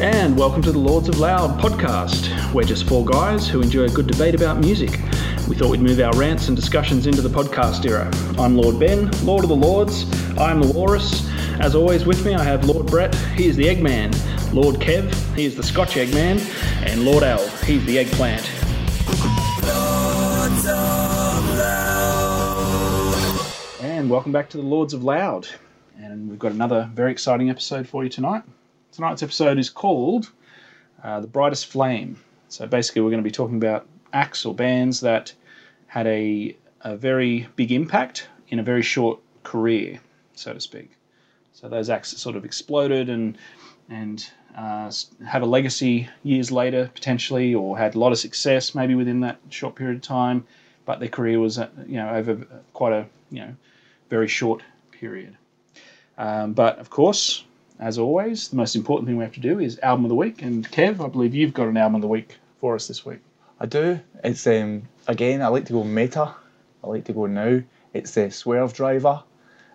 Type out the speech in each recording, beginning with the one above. And welcome to the Lords of Loud podcast. We're just four guys who enjoy a good debate about music. We thought we'd move our rants and discussions into the podcast era. I'm Lord Ben, Lord of the Lords. I'm the Walrus. As always, with me I have Lord Brett, he is the Eggman. Lord Kev, he is the Scotch Eggman. And Lord Al, he's the Eggplant. And welcome back to the Lords of Loud. And we've got another very exciting episode for you tonight. Tonight's episode is called uh, The Brightest Flame. So basically, we're going to be talking about acts or bands that had a, a very big impact in a very short career, so to speak. So those acts that sort of exploded and and uh, s- have a legacy years later potentially, or had a lot of success maybe within that short period of time, but their career was uh, you know over uh, quite a you know very short period. Um, but of course, as always, the most important thing we have to do is album of the week. And Kev, I believe you've got an album of the week for us this week. I do. It's um again. I like to go meta. I like to go now. It's the Swerve Driver.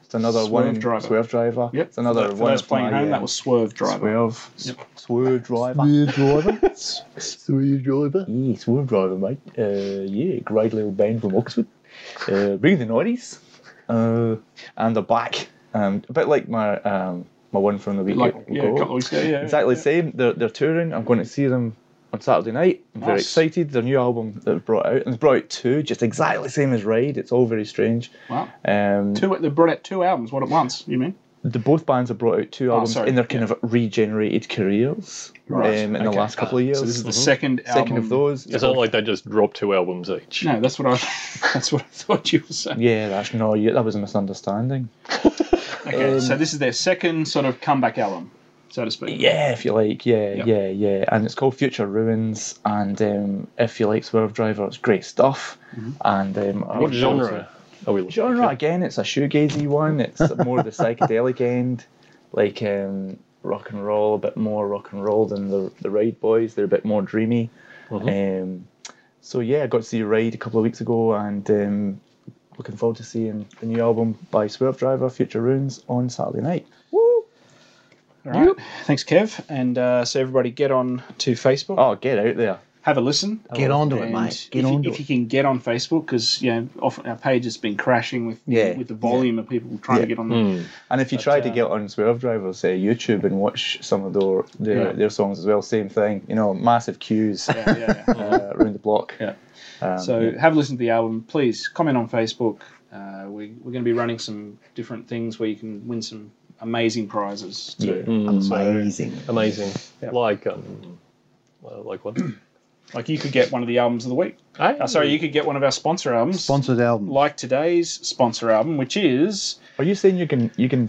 It's another one. Swerve Driver. Swerve Driver. Yep, It's another for one. those of playing my, home. uh, That was Swerve Driver. Swerve. Yep. Swerve Driver. driver. Smooth driver. Yeah, Swerve Driver, mate. Uh, yeah, great little band from Oxford. Uh, bring the nineties. Uh, and they're back. Um, a bit like my um my one from the week. Like ago. yeah, a couple of weeks ago. Yeah, exactly yeah. the same. They're, they're touring. I'm going to see them on Saturday night. I'm very Nice. excited. Their new album that was brought out, and it's brought out two, just exactly the same as Ride. It's all very strange. Wow. Um, Two, they brought out two albums, one at once. You mean? the both bands have brought out two albums Oh, sorry. in their kind of regenerated careers Right. um, in the Okay. Uh, last couple of years. Mhm. So this is the second album. Mm-hmm. second of those. It's not like they just drop two albums each. No, that's what I. that's what I thought you were saying. Yeah, that's no. yeah, That was a misunderstanding. Okay, so this is their second sort of comeback album, so to speak. um, Yeah, if you like. Yeah, Yep. yeah, yeah. And it's called Future Ruins. And um, if you like Swerve Driver, it's great stuff. Mm-hmm. And um, What I- genre are we looking genre at? again it's a shoegazy one it's more the psychedelic end like um, rock and roll a bit more rock and roll than the the ride boys they're a bit more dreamy um, so yeah i got to see ride a couple of weeks ago and um, looking forward to seeing the new album by swerve driver future runes on saturday night All right. Thanks, Kev. And uh, so everybody, get on to Facebook. oh get out there Have a listen. Get onto it, Oh, And mate. Get if, you- onto if it. you can get on Facebook, because you know often our page has been crashing with Yeah. with the volume of people trying to Yeah. get on. and if you try to get on swerve driver's uh, youtube and watch some of their their, Yeah. their songs as well same thing you know massive queues Yeah, yeah, yeah. uh, around the block Yeah. Um, So have a listen to the album. Please comment on Facebook. Uh, we, we're going to be running some different things where you can win some amazing prizes. yeah. Too. Amazing. Hmm. Amazing. Yeah. Like, um, well, like what? Like you could get one of the albums of the week. Uh, sorry, you could get one of our sponsor albums. Sponsored album. Like today's sponsor album, which is Are you saying you can you can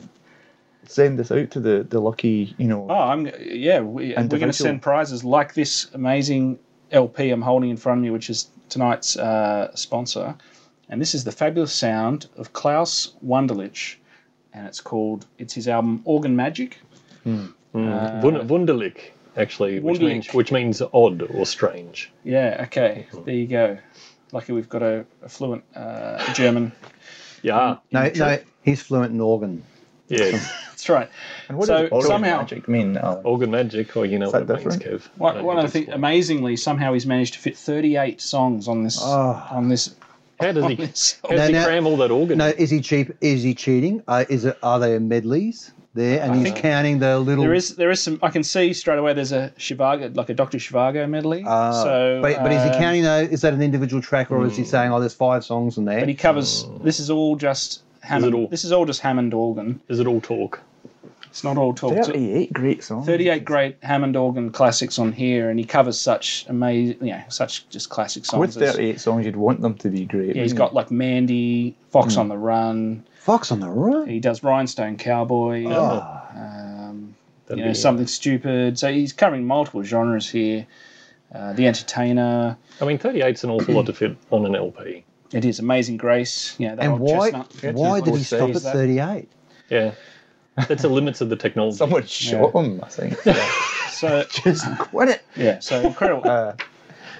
send this out to the the lucky you know? oh, I'm yeah, we, we're going to Individual. send prizes like this amazing LP I'm holding in front of me, which is tonight's uh, sponsor, and this is the fabulous sound of Klaus Wunderlich, and it's called it's his album Organ Magic. Mm. Wund- Wunderlich, actually, which uh, Wunderlich. means, which means odd or strange. Yeah, okay. There you go. Lucky we've got a, a fluent uh, German. Yeah. Hmm. No, no, he's fluent in organ. Yes. That's right. and what so Oh, does oral somehow- magic mean? uh, Alan? Organ magic, or you know Is what that it means, Kev. One, No, one you of the just things, amazingly, somehow he's managed to fit 38 songs on this Oh. on this. How does On he, how this. does he No, no. cram all that organ? No, is he cheap? Is he cheating? Uh, is it? Are they medleys there? And he's think- counting the little. There is there is some. I can see straight away. There's a Shivago, like a Doctor Shivago medley. Uh, so, but, but is he um, Hmm. counting though? Is that an individual track, or is he saying, "Oh, there's five songs in there"? But he covers. This is all just Hammond. all- This is all just Hammond organ. Is it all talk? It's not all talk. It's- Thirty-eight great songs. 38 oh, great Hammond organ classics on here, and he covers such amazing, yeah, such just classic songs. With as- thirty-eight songs, you'd want them to be great. Yeah, he's wouldn't got like Mandy, Fox on the Run. Fox on the Ah, run. He does Rhinestone Cowboy. Oh. Um, That'd you know, be- something stupid. So he's covering multiple genres here. Uh, the Entertainer. I mean, 38's an awful lot to fit on an LP. It is Amazing Grace. You know, that And old why? chestnut. Why just did he what stop says at that. thirty-eight? Yeah. That's the limits of the it? technology. Someone shot him. I think. So just quit it. yeah, so incredible, Uh,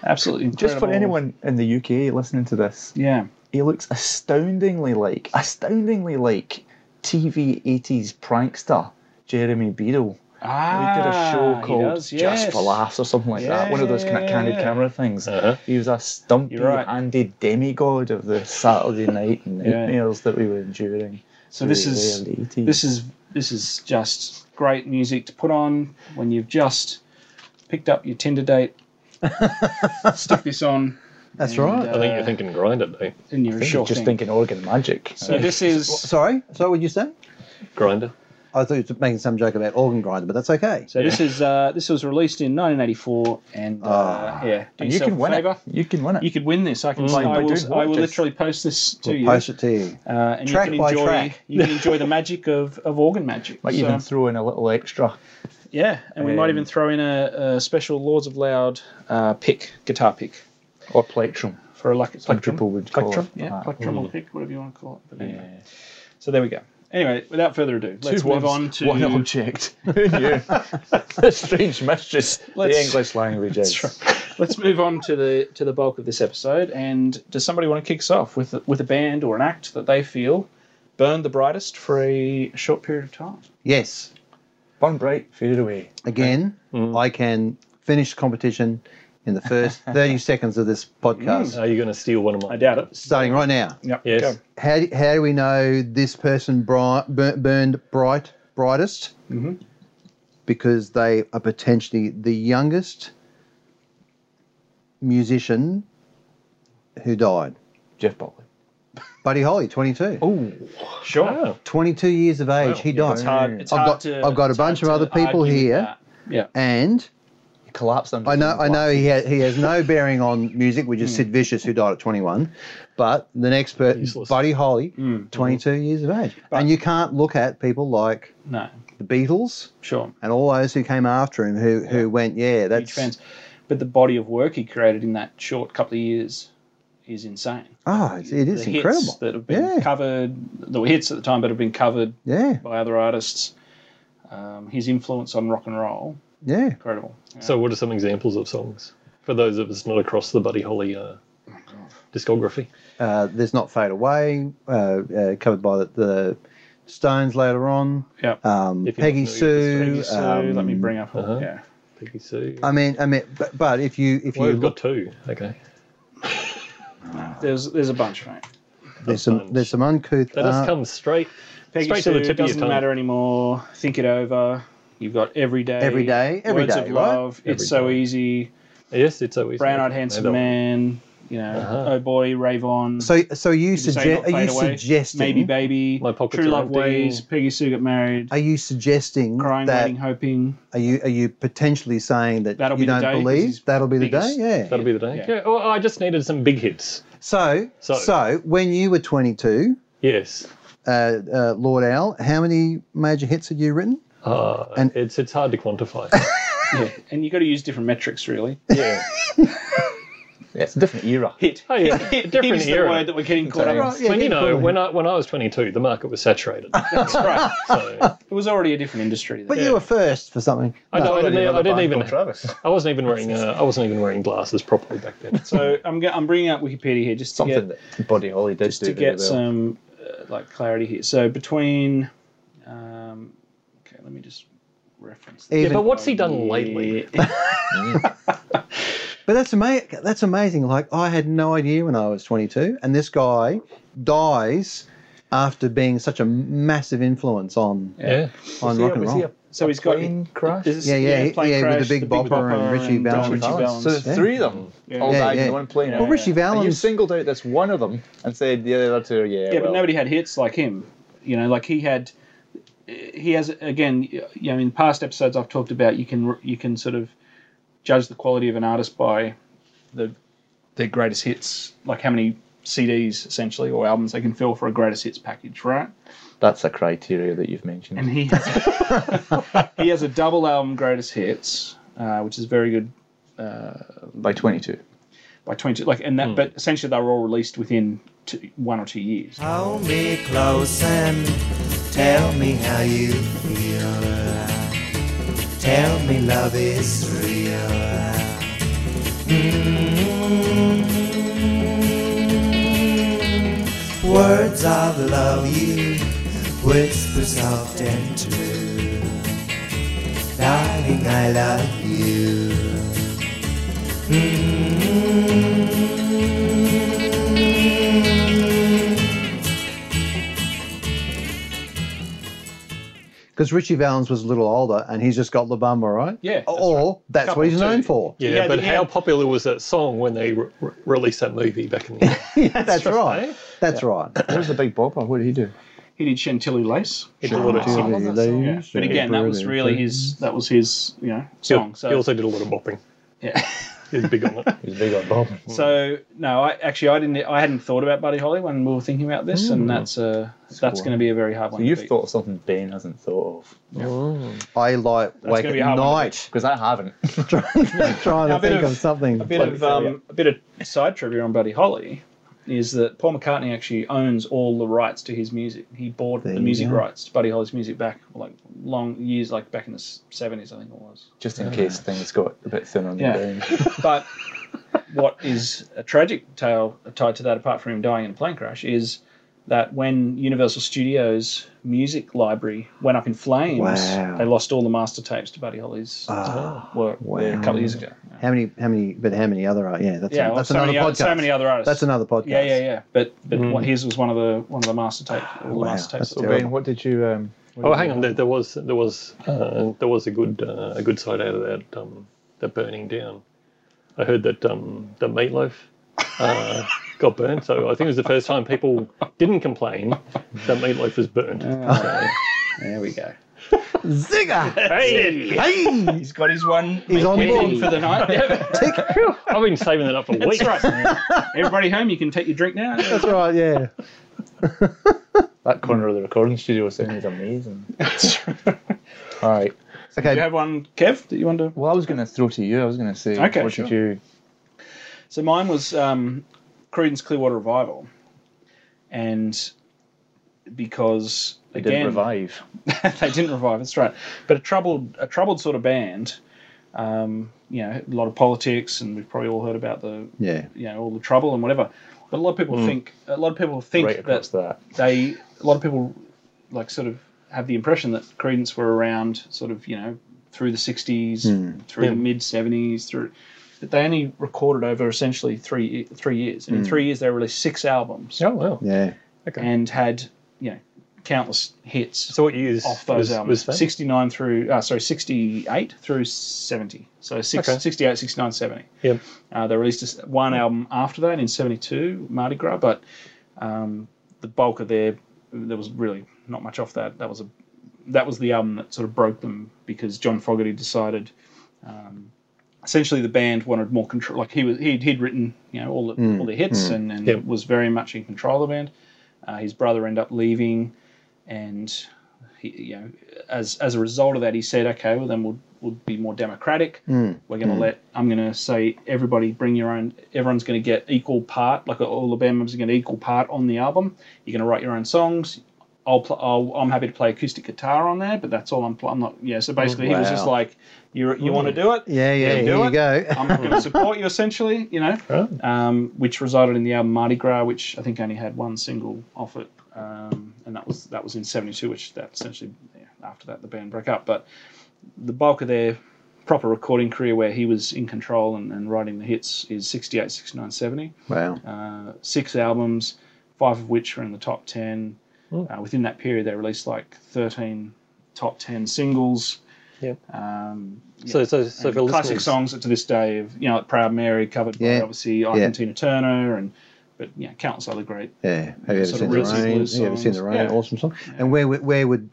absolutely incredible. just for anyone in the UK listening to this, Yeah, he looks astoundingly like astoundingly like TV eighties prankster Jeremy Beadle. Ah, he did a show he called does, Just yes. for Laughs or something like that. One of those kind of Yeah. candid camera things. Uh-huh. He was a stumpy, You're right. handy demigod of the Saturday night nightmares that we were enduring. So this through the is early 80s. this is this is just great music to put on when you've just picked up your Tinder date. Stick this on, That's And, right. uh, I think you're thinking grind it, eh? and you're a Think- sure just thing. thinking organ magic. So this is Sorry, sorry, what did you say? Grinder. I thought you were making some joke about organ grinder, but that's okay. so this is uh, this was released in 1984, and uh, Ah. yeah, do and you yourself can a win favor. it. You can win it. You could win this. I can. Mm. I By doing will. what? I will Just- literally post this to We'll you, post it to you. uh, and track you can by enjoy. track. You can enjoy the magic of, of organ magic. Might So, even throw in a little extra. yeah, and we might um, even throw in a, a special Lords of Loud uh, pick, guitar pick Or plectrum. for a lucky Plectrum would call Plectrum, it. yeah, Ah, plectrum or pick, whatever you want to call it. But anyway. yeah. So there we go. Anyway, without further ado, let's Two move ones, on to one object. Who knew? Strange mistress. Let's- the English language is. let's move on to the to the bulk of this episode. And does somebody want to kick us off with with a band or an act that they feel burned the brightest for a short period of time? Yes. Burn bright, faded away. Again, Mm. I can finish competition in the first 30 seconds of this Mm. podcast, Are you going to steal one of my? I doubt it. starting right now. Yep. Yes. go. How, do- how do we know this person bri- bur- burned bright brightest? Mhm. Because they are potentially the youngest musician who died. Jeff Buckley. Buddy Holly, 22. Oh, Sure. Oh, 22 years of age, Wow. he died. It's hard. It's I've hard got- to, I've got a it's hard bunch of to other argue people with here. that. Yeah. And he collapsed under I know, the I know block. he, has, he has no bearing on music, which Hmm. is Sid Vicious, who died at 21. But the next person, Useless. Buddy Holly, Mm. 22 years of age. But- and you can't look at people like No. the Beatles Sure. and all those who came after him who, who went, yeah, Huge that's. fans. But the body of work he created in that short couple of years is insane. Oh, it's, it is the incredible. hits that have been Yeah. covered, that were hits at the time, but have been covered Yeah, by other artists. Um, his influence on rock and roll, yeah. incredible. So, what are some examples of songs for those of us not across the Buddy Holly uh, discography? Uh, There's Not Fade Away, uh, uh, covered by the, the Stones later on. Yeah. Um, If you're Peggy not familiar Sue. Peggy Sue, um, let me bring up. uh-huh. Yeah. Peggy Sue. Um, I mean, I mean, but, but if you if well, you we've look, got two. Okay. There's there's a bunch, mate. there's some there's some uncouth. That has Uh, art. come straight. Peggy Straight to Sue the tip of your doesn't tongue. matter anymore. Think it over. You've got every day. Every Day, Every words Day, of right? love. Every it's so Day. easy. Yes, it's always Brown eyed handsome man. You know. Uh-huh. Oh boy, rave on. So, so Did you you say suggest Mm. not are you fade away? suggesting maybe baby. My pockets True are love empty. ways. Peggy Sue got married. are you suggesting Crying, that waiting, hoping. are you are you potentially saying that That'll you be the don't day 'cause he's believe that'll be the day? biggest. Yeah. That'll be the day. Yeah. Yeah. Oh, I just needed some big hits. So, so, So- when you were 22, Yes. uh, uh, Lord Al, how many major hits had you written? Uh, And- it's it's hard to quantify. Yeah. And you got to use different metrics, really. Oh, yeah. Yeah, it's a different era. Hit. Oh, yeah. Hit Different is the era. word that we're getting caught up. Right, yeah, when you yeah, know, cool. when I when I was 22, the market was saturated. That's right. So It was already a different industry. Then. but you were first for something. I, don't- I didn't, e- e, I didn't even. Travis. I wasn't even wearing. Uh, I wasn't even wearing glasses properly back then. So I'm go- I'm bringing up Wikipedia here just to Something get that Buddy Holly did just do to very get well. some uh, like clarity here. So between, um, okay, let me just reference. Even- Yeah, but what's he done lately? But that's amazing. That's amazing. Like I had no idea when I was 22, and this guy dies after being such a massive influence on Yeah. on rock and roll. So he's got plane crash? this is- Yeah, yeah, plane yeah, with crash, the Big Bopper and Richie uh, Valens. Richie Valens. So the Yeah. three of them Yeah. all Yeah, died yeah. in one plane. Well, Richie And you Valens. singled out this one of them and said the other two, yeah. yeah, well, but nobody had hits like him. You know, like he had. He has again. You know, in past episodes I've talked about, you can you can sort of judge the quality of an artist by the their greatest hits, like how many CDs essentially or albums they can fill for a greatest hits package, right? That's a criteria that you've mentioned. and he has he has a double album greatest hits, uh, which is very good by 22. by twenty. Like and Hmm. that, but essentially they were all released within two, one or two years. Hold me close and tell me how you feel. Tell me love is real. Mm-hmm. Mm. Words of love you whisper soft and true. morning I love you. Because Richie Valens was a little older and he's just got La Bamba, right? Yeah, that's or that's Couple what he's two. known for. Yeah, Yeah, but the- how yeah. popular was that song when they re- re- released that movie back in the day? that's right. eh? That's right. Where's the big bopper? What did he do? He did Chantilly Lace. He did a lot of- Chantilly he- Yeah. lace, But again, that was brilliant. really his. That was his, you know, song. He So also did a lot of bopping. yeah. He's big on it. He's big on bopping. So no, I actually I didn't. I hadn't thought about Buddy Holly when we were thinking about this, and that's uh, that's cool. going to be a very hard one. to You've beat. thought of something Ben hasn't thought of. Oh. I like wake gonna at be a hard one night Because I haven't. trying Now, a to bit think of- of something. A bit of um, a bit of side trivia on Buddy Holly is that Paul McCartney actually owns all the rights to his music. He bought There the you music go. rights to Buddy Holly's music back like long years, like back in the seventies, I think it was. Just in case things got a bit thin on Yeah. the ground. But what is a tragic tale tied to that, apart from him dying in a plane crash, is that when Universal Studios' music library went up in flames, Wow. they lost all the master tapes to Buddy Holly's Ah, work wow. a couple of years ago. Yeah, How many? How many? But how many other? Are, yeah, that's, Yeah, well, that's so, another many, podcast. oth- so many other artists. that's another podcast. Yeah, yeah, yeah. But but what, his was one of the one of the master tapes. all the Wow, master that's tapes. So Terrible. Ben, what did you? Um, what Oh, did hang you- on. There, there was there was uh, there was a good uh, a good side out of that um, that burning down. I heard that um, the meatloaf uh, got burned, so I think it was the first time people didn't complain that meatloaf was burned. There we go. Zigger! hey, hey, He's got his one. He's on meeting board. for the night. I've been saving that up for weeks. That's right. Everybody home, you can take your drink now. that's right. Yeah. That corner of the recording studio sounded amazing. All right. Do you Okay. have one, Kev, that you want to? Well, I was going to throw to you. I was going to say, Okay, what sure. did you? So mine was um, Creedence Clearwater Revival, and because you again did revive. they didn't revive. That's right. But a troubled, a troubled sort of band. Um, you know, a lot of politics, and we've probably all heard about the Yeah. you know all the trouble and whatever. But a lot of people think a lot of people think Hmm. Right that across that. they a lot of people like sort of have the impression that Credence were around sort of you know through the '60s, Hmm. through the mid '70s, through but they only recorded over essentially three three years, Hmm. and in three years they released six albums Oh wow. Yeah. and had you know countless hits So what years off those um, was, albums was that? 69 through uh, sorry 68 through 70 so six, Okay. 68 69 70 Yep. uh, they released this one album after that in '72, Mardi Gras, but um, the bulk of their there was really not much off that. That was a that was the album that sort of broke them because John Fogerty decided. Um, essentially, the band wanted more control. Like he was he'd, he'd written you know all the all the hits and, and Hmm. Yep. was very much in control of the band. Uh, his brother ended up leaving, and he, you know as as a result of that, he said, okay, well then we'll we'll be more democratic. We're going to let I'm going to say everybody bring your own. Everyone's going to get equal part. Like all the band members are going to equal part on the album. You're going to write your own songs. I'll, pl- I'll I'm happy to play acoustic guitar on there, but that's all I'm. Pl- I'm not. Yeah. So basically, he was just Wow. like, you you want to do it? Yeah. Yeah. do Here you it. go. I'm not going to support you, essentially, you know, Oh. um, which resulted in the album Mardi Gras, which I think only had one single off it, um, and that was that was in '72, which that essentially yeah, after that the band broke up. But the bulk of their proper recording career, where he was in control and, and writing the hits, is '68, '69, '70 Wow. uh, six albums, five of which are in the top 10. Hmm. Uh, within that period, they released like 13 top 10 singles. Yep. Um, So- yeah. so- so And for classic listeners- songs that to this day of, you know, like Proud Mary, covered by Yeah. obviously Ike Yeah. and Tina Turner, and but yeah, countless other great. Yeah. Have you ever Sort of seen the Reese's rain? Blues Have you ever seen the songs. rain? Yeah. Awesome song. And where would- where would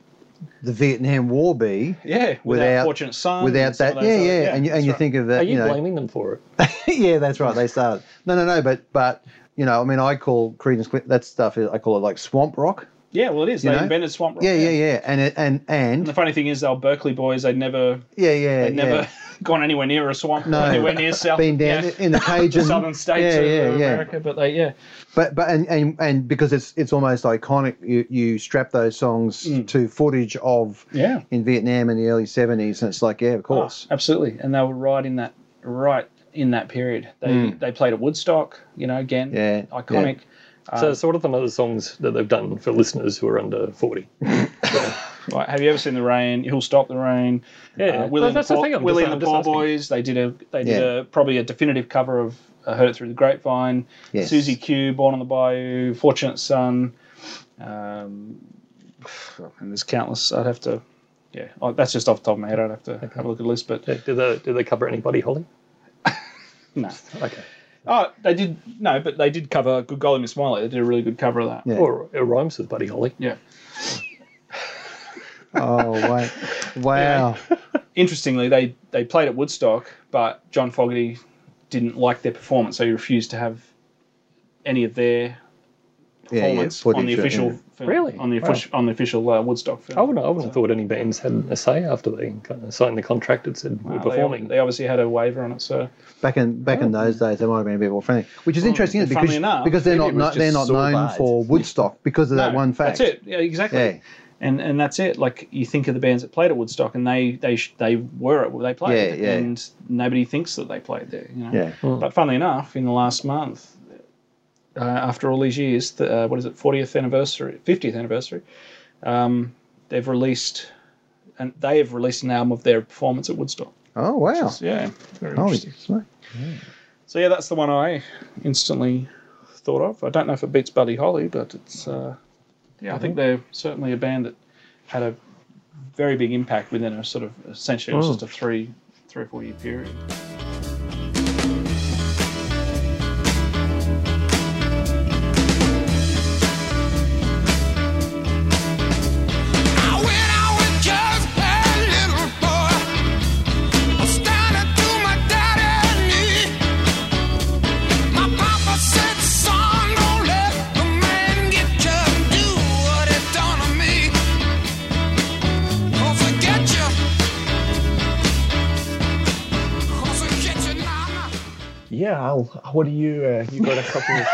the Vietnam War be Yeah, without, Without- Fortunate Son. without and some of that? those Yeah. other- Yeah. And you and that's you right. think of Are that. you, You know. blaming them for it? yeah, that's right. They started. No, no, no. But but you know, I mean, I call Creedence Cle- that stuff. I call it like swamp rock. Yeah, well, it is. you They know? invented Swamp Rock. Yeah, yeah, yeah. And it, and And the and funny thing is, they were Berkeley boys. They'd never, yeah, yeah, they'd never yeah. gone anywhere near a swamp, No. anywhere near South. Been down yeah, in the Cajun, southern states Yeah, of yeah, uh, yeah. America, but they, yeah. But but and, and and because it's it's almost iconic. You you strap those songs to footage of Mm. Yeah. in Vietnam in the early seventies, and it's like yeah, of course. Oh, absolutely, and they were right in that right in that period. They they played at Woodstock, you know, again, Hmm. Yeah, iconic. Uh, so, so what are the other songs that they've done for listeners who are under forty? Like, have you ever seen the rain? He'll stop the rain. Yeah, Uh, Willie and that's the, the Poor, thing. I'm Willie and just, I'm the just Poor asking. Boys. They did a they did Yeah. a probably a definitive cover of uh, "Heard It Through the Grapevine." Yes. Susie Q, "Born on the Bayou," "Fortunate Son," um, and there's countless. I'd have to. Yeah, oh, that's just off the top of my head. I'd have to have a look at the list, but Yeah, Do they, do they cover anybody, Holly? no. Okay. Oh, they did no, but they did cover "Good Golly Miss Smiley." They did a really good cover of that. Yeah. Or it rhymes with Buddy Holly. yeah. Oh wait, wow. interestingly, they, they played at Woodstock, but John Fogerty didn't like their performance, so he refused to have any of their Yeah, yeah, performance on the footage, yeah. official film, Really? on the official, on the official uh, Woodstock film. I wouldn't, I wouldn't have thought any bands had a say after they kind of signed the contract that said Uh, we're they- performing. They, obviously had a waiver on it, so Back in back in those days, they might have been a bit more friendly, which is interesting isn't it? Oh. Hmm. funnily enough, because because they're maybe it not was kno- just they're not so known bad. for Woodstock because of that No, one fact. That's it. Yeah, exactly. Yeah. And and that's it. Like you think of the bands that played at Woodstock, and they they sh- they were at where they played, Yeah, yeah. and nobody thinks that they played there. You know? Yeah. Hmm. But funnily enough, in the last month, uh, after all these years, the, uh, what is it, 40th anniversary, 50th anniversary, um, they've released, and they have released an album of their performance at Woodstock. Oh wow. Oh, So, yeah, very Holy interesting. smoke. So yeah, that's the one I instantly thought of. I don't know if it beats Buddy Holly, but it's uh, yeah, I think they're certainly a band that had a very big impact within a sort of essentially it was just a three three or four year period. I went out with just a little boy. I started to my daddy's knee. My papa said, "Son, don't let the man get you and do what he done to me. Cause I get you. Cause I get you now." Yeah, Al, what do you? Uh, you got a couple of.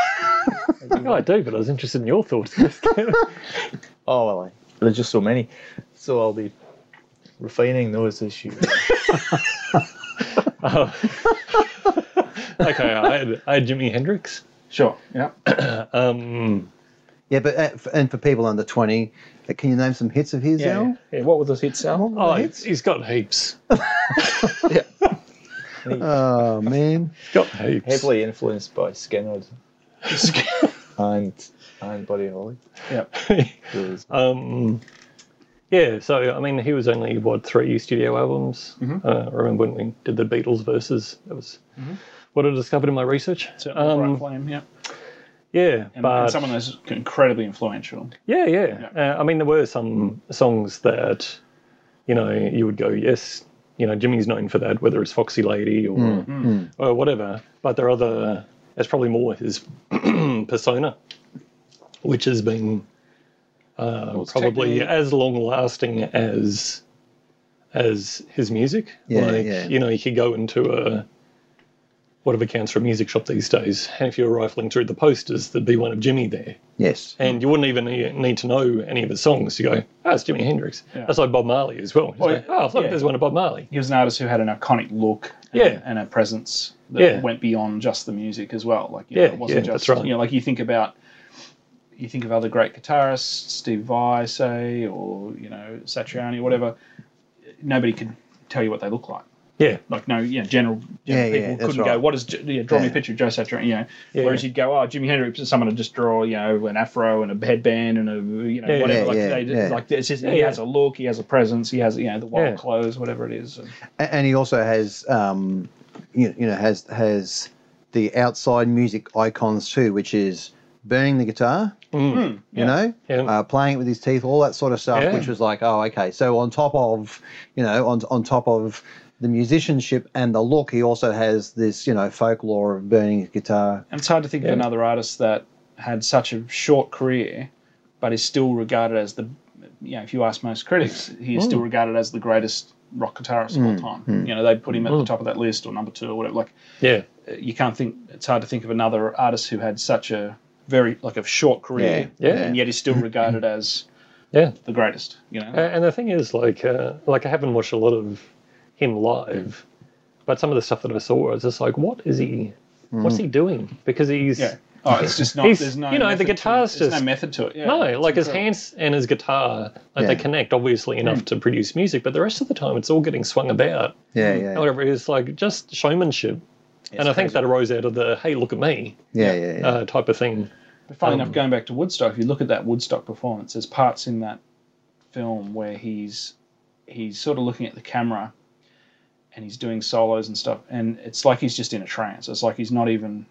no, I do, but I was interested in your thoughts. Oh well, I, there's just so many, so I'll be refining those as you. Uh, okay, I had, I had Jimi Hendrix. Sure. Yeah. Um, Yeah, but uh, f- and for people under twenty, uh, can you name some hits of his? Yeah. Al? yeah. What were those hits? Al? oh, he's- he's got heaps. Oh man. He's got heaps. Heavily influenced by Skinner and and Buddy Holly. Yeah. who was- Um, yeah, so I mean, he was only what three studio albums. Uh, I remember when we did the Beatles versus that was what I discovered in my research. Certainly Um, Bright Flame. Yeah. yeah, and, but and someone that's incredibly influential. yeah, yeah. Uh, I mean, there were some songs that you know you would go, yes, you know, Jimmy's known for that, whether it's Foxy Lady or Hmm. or whatever. But there are other. It's probably more his persona, which has been uh, it's probably technically- as long lasting as as his music. Yeah, like yeah. you know, you could go into a whatever counts for a music shop these days, and if you're rifling through the posters, there'd be one of Jimmy there Yes. and you wouldn't even ne- need to know any of his songs. You go, oh, it's Jimi Hendrix. That's like Bob Marley as well. It's Oh, like, oh, look, yeah. there's one of Bob Marley. He was an artist who had an iconic look. And, Yeah. And a presence that Yeah. went beyond just the music as well. Like you know, Yeah, it wasn't yeah, just that's right. you know like you think about. You think of other great guitarists, Steve Vai, say, or you know Satriani, whatever. Nobody could tell you what they look like. Yeah, Like no, you know, general, general Yeah, yeah, people that's couldn't go. right. What is? J- Yeah, draw me a Yeah. picture of Joe Satriani. You know, Yeah. whereas you'd go, oh, Jimi Hendrix is someone to just draw, you know, an afro and a headband and a you know Yeah, whatever. yeah, like yeah, they, yeah. like it's just he Yeah, yeah. has a look, he has a presence, he has you know the wild Yeah. clothes, whatever it is. And- A- and he also has um, you, you know has has the outside music icons too, which is burning the guitar, you know, Yeah. uh, playing it with his teeth, all that sort of stuff, Yeah. which was like, oh, okay. So on top of you know on on top of the musicianship and the look, he also has this you know folklore of burning his guitar. And it's hard to think of Yeah. another artist that had such a short career, but is still regarded as the, you know, if you ask most critics, he is Hmm. still regarded as the greatest rock guitarist of all time. You know, they put him at Hmm. the top of that list or number two or whatever. Like, yeah, uh, you can't think, it's hard to think of another artist who had such a very, like, a short career, Yeah, yeah. and yet is still regarded as yeah. the greatest, you know? A- And the thing is, like, uh, like I haven't watched a lot of him live, but some of the stuff that I saw, I was just like, what is he? What's he doing? Because he's Yeah. Oh, it's just not. He's- there's no. you know, the method to it. guitar's There's just- no method to it. Yeah. No, It's like his incredible. hands and his guitar, like they Yeah. connect obviously enough to produce music, but the rest of the time it's all getting swung about. Yeah, yeah, Whatever it is, like just showmanship. and I think that arose out of the "Hey, look at me" yeah, yeah, yeah. uh, type of thing. But funny enough, going back to Woodstock, if you look at that Woodstock performance, there's parts in that film where he's he's sort of looking at the camera and he's doing solos and stuff, and it's like he's just in a trance. It's like he's not even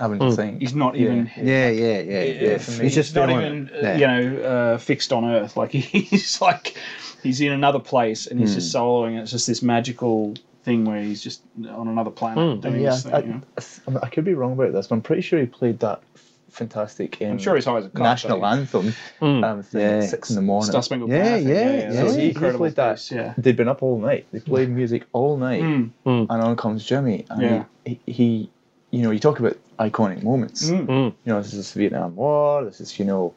I wouldn't think. he's not even Yeah, yeah, yeah, yeah. for me, He's just not feeling even it. uh, Yeah. you know uh, fixed on Earth. Like he's like he's in another place and he's just soloing. And it's just this magical thing where he's just on another planet doing Yeah, this thing. I, you know? I- I could be wrong about this, but I'm pretty sure he played that fantastic. Um, I'm sure he's high as a cop, national but anthem um, thing Yeah. at six in the morning. Star Spangled Yeah, Banner. thing, yeah, yeah. yeah. It's So an he, he incredible played that. piece, yeah. They'd been up all night. They played music all night, Mm. and on comes Jimmy. And Yeah. he, he, you know, you talk about iconic moments. Hmm. You know, this is Vietnam War. This is you know,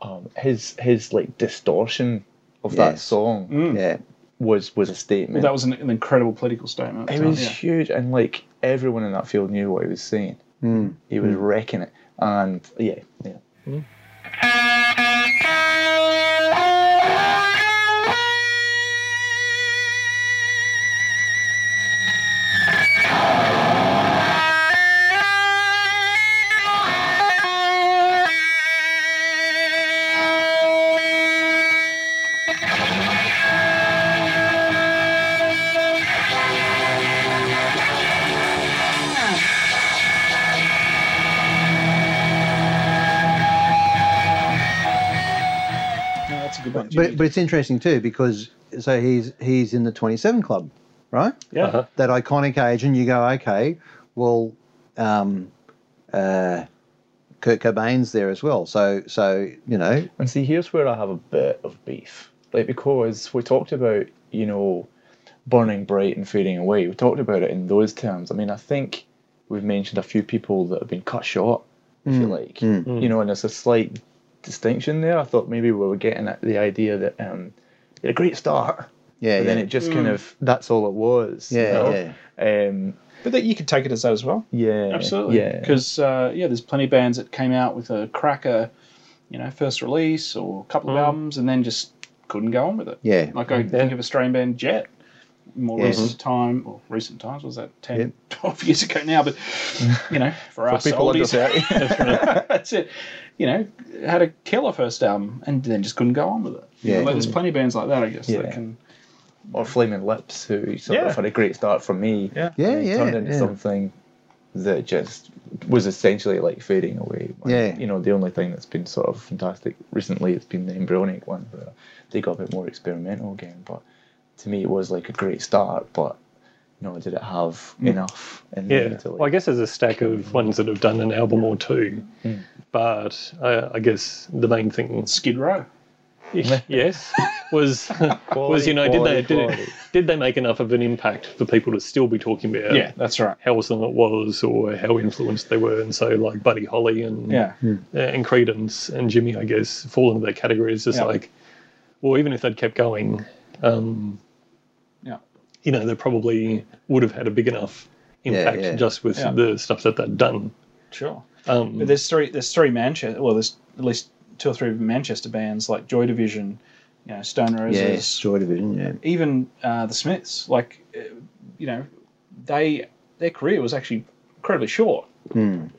um, his his like distortion of that Yes. song Hmm. Yeah, was was a statement. Well, that was an, an incredible political statement. It So, was yeah. huge, and like everyone in that field knew what he was saying. Hmm, He was wrecking it, and yeah, yeah. No, that's a good one. but but it's interesting too because so he's he's in the twenty seven club, right? yeah. that iconic age, and you go, okay, well, um, uh, Kurt Cobain's there as well. So, so you know, And see, here's where I have a bit of beef, like because we talked about you know, burning bright and fading away. We talked about it in those terms. I mean, I think we've mentioned a few people that have been cut short, if Hmm, you like, you know, and there's a slight distinction there. I thought maybe we were getting at the idea that um, they had a great start. yeah, But yeah, then it just kind of that's all it was. you Yeah, know? Um, But that you could take it as that as well. yeah, Absolutely. yeah. Because uh, yeah, there's plenty of bands that came out with a cracker, you know, first release or a couple of albums, and then just couldn't go on with it. Yeah. Like I think of Australian band Jet. More Yes. recent time, or recent times, was that 10, Yep. 12 years ago now? But, you know, for, us people under oldies, 30. that's it. You know, had a killer first album and then just couldn't go on with it. You Yeah. know, like, there's plenty of bands like that, I guess, Yeah. that can. or Flaming Lips, who sort Yeah. of had a great start for me. Yeah. Yeah, and yeah, Turned into yeah. something that just was essentially like fading away. Like, Yeah. You know, the only thing that's been sort of fantastic recently has been the embryonic one, where they got a bit more experimental again. But to me, it was like a great start, but. You know, did it have enough? In there Yeah. to, Mm. like, Well, I guess there's a stack of ones that have done an album or two, but uh, I, I guess the main thing, Skid Row. yes, was was you know Quality, did they quality, did, did they make enough of an impact for people to still be talking about Yeah, that's right. how awesome it was or how influenced they were, and so like Buddy Holly and Yeah. Hmm. uh, and Credence and Jimmy, I guess, fall into that category. It's just Yeah. like, well, even if they'd kept going, um, Yeah. you know, they probably would have had a big enough impact yeah. just with Yeah. the stuff that they'd done. Sure. Um, But there's three. There's three Manchester. Well, there's at least two or three Manchester bands like Joy Division, you know, Stone Roses, yes, Joy Division, yeah, even uh, the Smiths. Like, uh, you know, they their career was actually incredibly short, and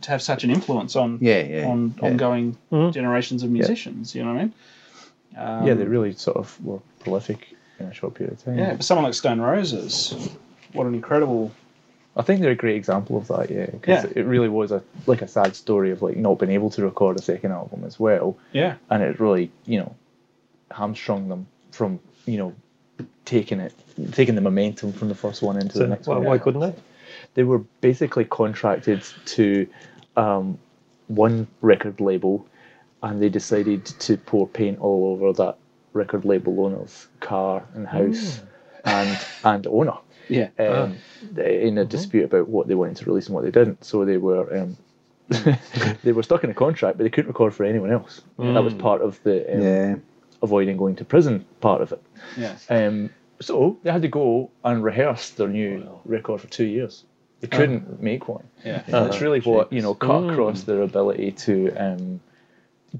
to have such an influence on Hmm. Yeah, yeah, on yeah. ongoing generations of musicians. You know what I mean? Mm-hmm. yeah, they really sort of were prolific in a short period of time. Yeah. But someone like Stone Roses, what an incredible. I think they're a great example of that, yeah. 'cause Yeah. it really was a like a sad story of like not being able to record a second album as well, Yeah. and it really you know hamstrung them from you know taking it taking the momentum from the first one into so the next why, one. why couldn't they? They were basically contracted to um, one record label, and they decided to pour paint all over that record label owner's car and Mm. house and and owner Yeah. um, Ah. they- in a Mm-hmm. dispute about what they wanted to release and what they didn't. So they were um, they were stuck in a contract, but they couldn't record for anyone else. That Mm. was part of the um, yeah, avoiding going to prison part of it. yeah. Um, so they had to go and rehearse their new record for two years. Ah. They couldn't make one. Yeah. And that's really what you know cut Mm. across their ability to um,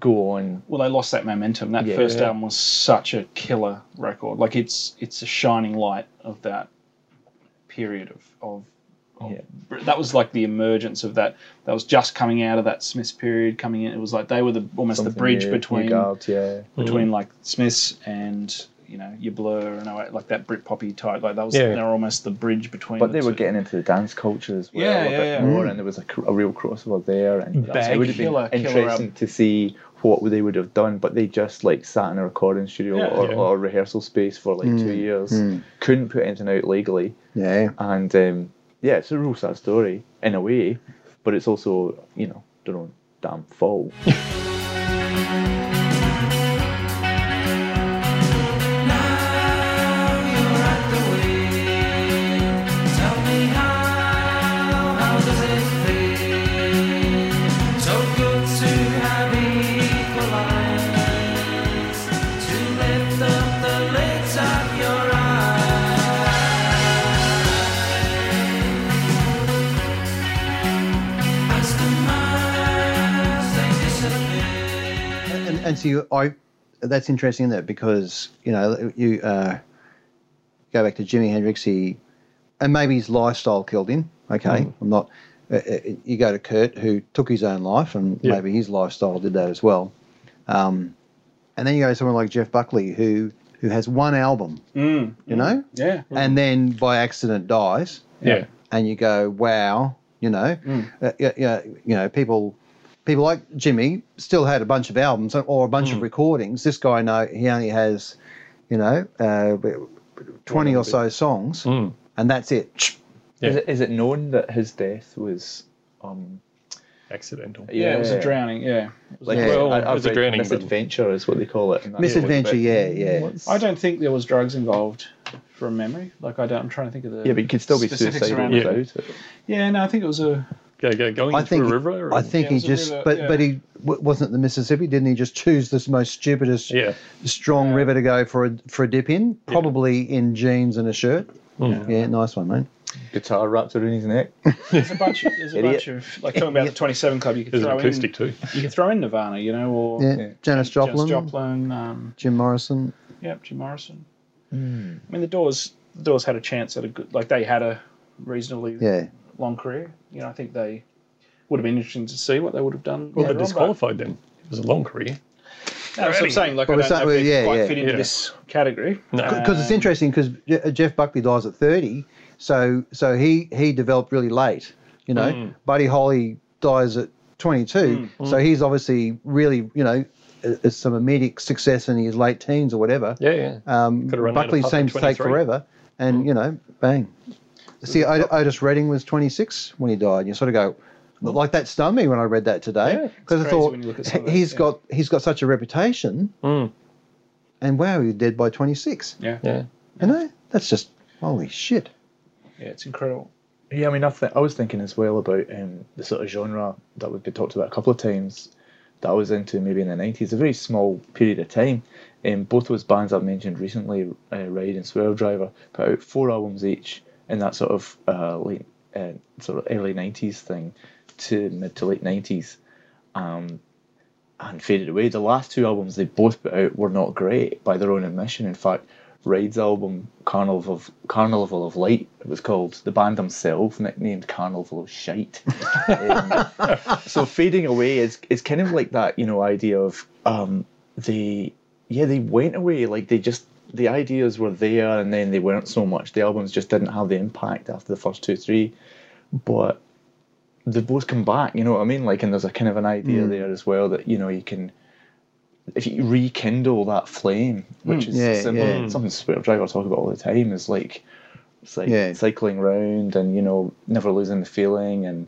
go on. Well, they lost that momentum. That Yeah. first album was such a killer record. Like it's it's a shining light of that period of of Yeah. that was like Oh, the emergence of that. That was just coming out of that Smiths period coming in. It was like they were the almost the something bridge new, Mm. new between guard, yeah. between like Smiths and you know your Blur and all that, like that Brit poppy type. Like that was Yeah. they were almost the bridge between. But the they were two. getting into the dance culture as well Yeah, a yeah, bit yeah. Mm. more, and there was a, cr- a real crossover there. And that's- it would have been Killer- killer interesting album. to see what they would have done, but they just like sat in a recording studio Yeah. or, Yeah. or rehearsal space for like Mm, two years, couldn't put anything out legally, Yeah. and um, yeah, it's a real sad story in a way, but it's also you know their own damn fault. And, and so you, I, that's interesting that because you know you uh, go back to Jimi Hendrix, he, and maybe his lifestyle killed him. Okay, Mm. I'm not. Uh, uh, you go to Kurt, who took his own life, and Yeah. maybe his lifestyle did that as well. Um, and then you go to someone like Jeff Buckley, who who has one album, Mm, you know, yeah. and then by accident dies Yeah. and you go, wow, you know, Mm. uh, yeah, yeah, you know, people, people like Jimmy still had a bunch of albums or a bunch Mm. of recordings. This guy, no, he only has, you know, uh, twenty or so songs, Mm. and that's it. Yeah. Is, it, is it known that his death was? Um, Accidental. Yeah, it was a drowning. Yeah, Like, Yeah. Well, I- I've it was a read drowning, but- misadventure is what they call it. and that's Misadventure, what- yeah, yeah. What's- I Mm. don't think there was drugs involved, from memory. Like I don't. I'm trying to think of the. Yeah, but you could still be specifics suicidal around it. without it. Yeah, no, I think it was a. Go, go, going I into think a river? or- I think Yeah, he it was a just, river, but yeah. but he w- wasn't it the Mississippi. Didn't he just choose this most stupidest, Yeah. strong river to go for a for a dip in? Probably in jeans and a shirt. Mm. Yeah, nice one, mate. Guitar wrapped around his neck. There's a bunch. There's a Idiot. bunch of like talking about the 27 Club. You could There's throw an acoustic in. too. You could throw in Nirvana, you know, or Yeah, Yeah. Janis Joplin, Janis Joplin. Um, Jim Morrison. yep, Jim Morrison. Hmm. I mean, the Doors. The Doors had a chance at a good. Like they had a reasonably Yeah, long career. You know, I think they would have been interesting to see what they would have done. Well, later they on, disqualified them. It was a long career. but- No, that's what I'm saying. Like, Well, I it's don't know not- if they yeah, quite yeah. fit into Yeah. this category. No. because it's interesting because Jeff Buckley dies at 30, so so he he developed really late. You know, Buddy Holly dies at 22, so he's obviously really you know a- a- some immediate success in his late teens or whatever. Yeah, yeah. Um, Coulda run out of Buckley puff at seems to take 23. forever, and Mm. you know, bang. See, Ot- Otis Redding was 26 when he died. You sort of go. Like that stunned me when I read that today because I crazy thought when you look at some of that, he's yeah. Mm. got he's got such a reputation, and wow, he's dead by twenty six. yeah, yeah, yeah. You know, that's just holy shit. it's incredible. Yeah, I mean, I, th- I was thinking as well about um, the sort of genre that we've been talked about a couple of times that I was into maybe in the 90s, a very small period of time. Um, both those bands I've mentioned recently, uh, Ride and Swirl Driver, put out four albums each in that sort of uh, late, uh, sort of early 90s thing to mid to late 90s um, and faded away. The last two albums they both put out were not great by their own admission. In fact, Ride's album Carnival of Carnival of Light it was called. The band themselves nicknamed Carnival of Shite. Um, so fading away is is kind of like that, you know, idea of um, they yeah they went away like they just the ideas were there and then they weren't so much. The albums just didn't have the impact after the first two three, but they've both come back. You know what I mean? Like, and there's a kind of an idea Mm. there as well that you know you can, if you rekindle that flame, which is Mm, yeah, similar, yeah. something Spirit Driver talk about all the time is like, it's like Yeah. cycling round and you know never losing the feeling, and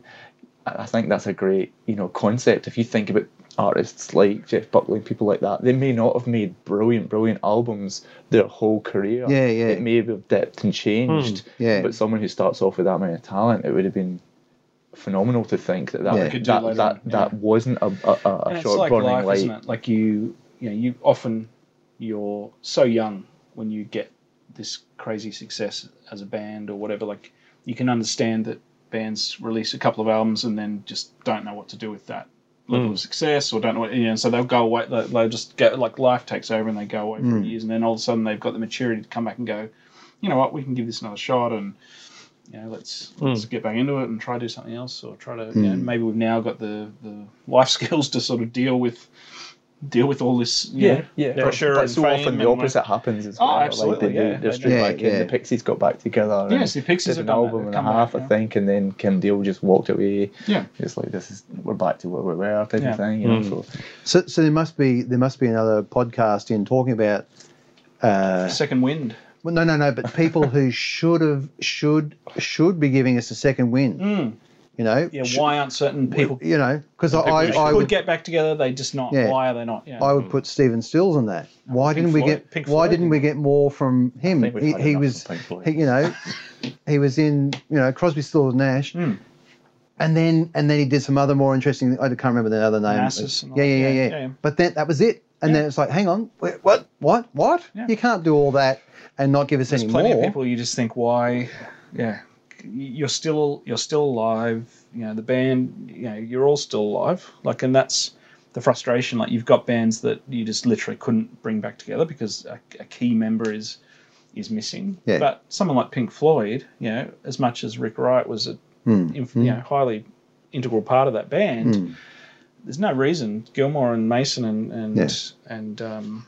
I I think that's a great you know concept. If you think about artists like Jeff Buckley, people like that, they may not have made brilliant, brilliant albums their whole career. Yeah, yeah. It may have dipped and changed. Hmm. Yeah. But someone who starts off with that amount of talent, it would have been phenomenal to think that that Yeah. Could do that, later that, on, that, yeah. wasn't a, a, a, And a it's short like burning life, light. isn't it? Like you, you know, you often you're so young when you get this crazy success as a band or whatever. Like you can understand that bands release a couple of albums and then just don't know what to do with that level Hmm. of success or don't know what, you know, so they'll go away, they- they'll just get, like, life takes over and they go away for Hmm. years and then all of a sudden they've got the maturity to come back and go, you know what, we can give this another shot and, you know, let's, Hmm. let's get back into it and try to do something else or try to, you know, maybe we've now got the, the life skills to sort of deal with, deal with all this, you know, yeah. pressure but and so often fame the and- opposite happens as Oh, well. absolutely, Like they, yeah. they, are straight Yeah, back in. yeah. The Pixies got back together. and Yes, the Pixies did have an done that. They've album and a come back, half, yeah. I think, and then Kim Deal just walked away. Yeah. It's like this is we're back to where we were type Yeah. of thing. You know, so So, so there must be there must be another podcast in talking about. Uh, second wind. well, no, no, no. But people who should have should should be giving us a second win. You know. Mm. Yeah, sh- why aren't certain people You know, because I, I, They I could would get back together. They just not. Yeah. Why are they not? Yeah. I would put Stephen Stills on that. Why didn't we Floyd- get Oh, Pink Why Floyd. didn't we get more from him? think we've He, had he enough was, of Pink Floyd. he, you know, he was in you know Crosby, Stills, Nash, Hmm. and then and then he did some other more interesting. I can't remember the other name. Onassis and all yeah, that. yeah, yeah, Yeah, yeah, yeah, yeah. But then that was it. And then it's like, hang on, wait, what, what, what? Yeah. You can't do all that and not give us There's any plenty more. of people you just think why. Yeah. You're still you're still alive. You know the band. You know you're all still alive. Like and that's the frustration. Like you've got bands that you just literally couldn't bring back together because a, a key member is is missing. Yeah. But someone like Pink Floyd, you know, as much as Rick Wright was a Hmm. inf- you know highly integral part of that band. There's no reason Gilmore and Mason and and Yeah. and um,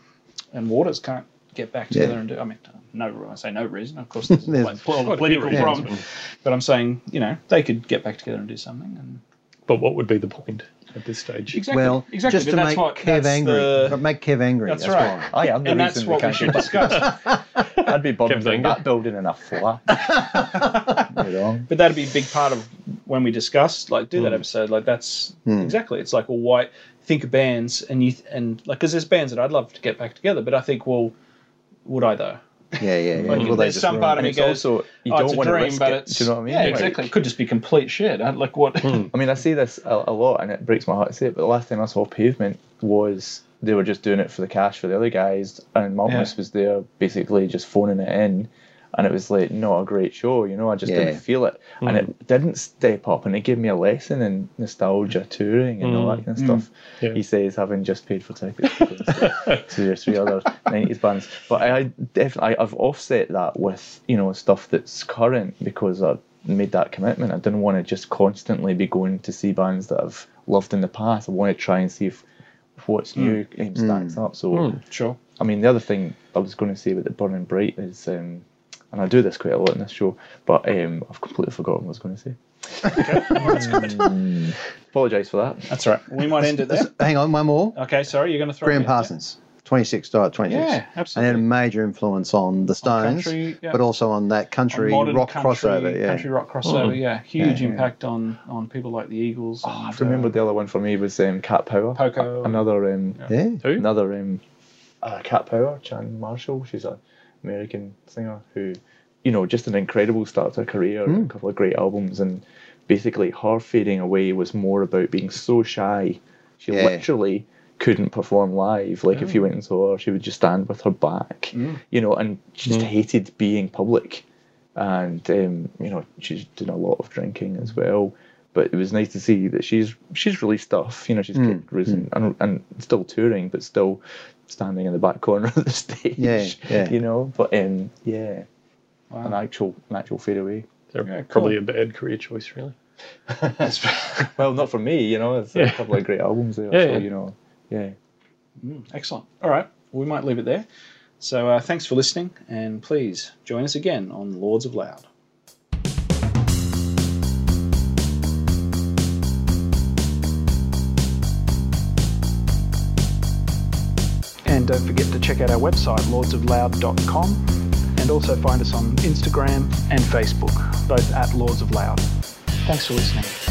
and Waters can't get back together Yeah. and do. I mean, no, I say no reason. Of course, there's, There's- plenty of political Yeah. problem. But I'm saying, you know, they could get back together and do something. And But what would be the point at this stage? exactly, Well, exactly. just but to that's make what, Kev that's angry. the- But Make Kev angry. that's, That's, right. I why. am the and that's reason we what we can't should get back discuss. I'd be bombed Kev in Zenger. that building in a flat. you know. but that'd be a big part of when we discussed like do that Hmm. episode like that's exactly it's like well why think of bands and you and like because there's bands that i'd love to get back together but i think well would i though Yeah, yeah, yeah. like Well, they there's just some ruin part of And me it's goes also you oh, don't it's a want to dream risk but it. it's Do you know what I mean? yeah Like, exactly it could just be complete shit I, like what Hmm. I mean, I say this a, a lot, and it breaks my heart to say it, but the last time I saw Pavement was they were just doing it for the cash for the other guys, and Maltmus Yeah. was there basically just phoning it in, and it was like not a great show, you know. I just Yeah. didn't feel it, and it didn't step up, and it gave me a lesson in nostalgia touring and all that kind of stuff. Yeah. He says having just paid for tickets to go and see two or three other '90s bands, but I, I definitely I've offset that with you know stuff that's current because I made that commitment. I didn't want to just constantly be going to see bands that I've loved in the past. I want to try and see if what's new um, stacks up. So sure I mean, the other thing I was going to say about the Burning Bright is, um, and I do this quite a lot in this show, but um, I've completely forgotten what I was going to say. Apologise for that. that's all right we might end it there Hang on, one more. okay sorry you're gonna throw Graham me out. Parsons, 26, died 26. Yeah, absolutely. And had a major influence on the Stones, country, yeah. but also on that country modern rock country, crossover. Yeah. Oh. country rock crossover yeah huge impact on on people like the eagles I and, uh, remember the other one for me was um, Cat Power. Poco. Another um, Yeah. Who? another um, uh, Cat Power, Chan Marshall. She's an American singer who, you know, just an incredible start to her career, a couple of great albums, and basically her fading away was more about being so shy. She Yeah. literally couldn't perform live. Like if you went and saw her, she would just stand with her back, you know, and she just hated being public. And um, you know, she's doing a lot of drinking as well. But it was nice to see that she's she's released stuff. You know, Hmm, she's kept risen and, and still touring, but still standing in the back corner of the stage. Yeah, yeah. You know, but um, yeah, an actual an actual fadeaway. They're Yeah, probably a bad career choice, really. Well, not for me. You know, it's Yeah. a couple of great albums there. Yeah, so, yeah. You know, yeah. Excellent. All right. We might leave it there. So uh, thanks for listening, and please join us again on Lords of Loud. And don't forget to check out our website, lordsofloud.com, and also find us on Instagram and Facebook, both at Lords of Loud. Thanks for listening.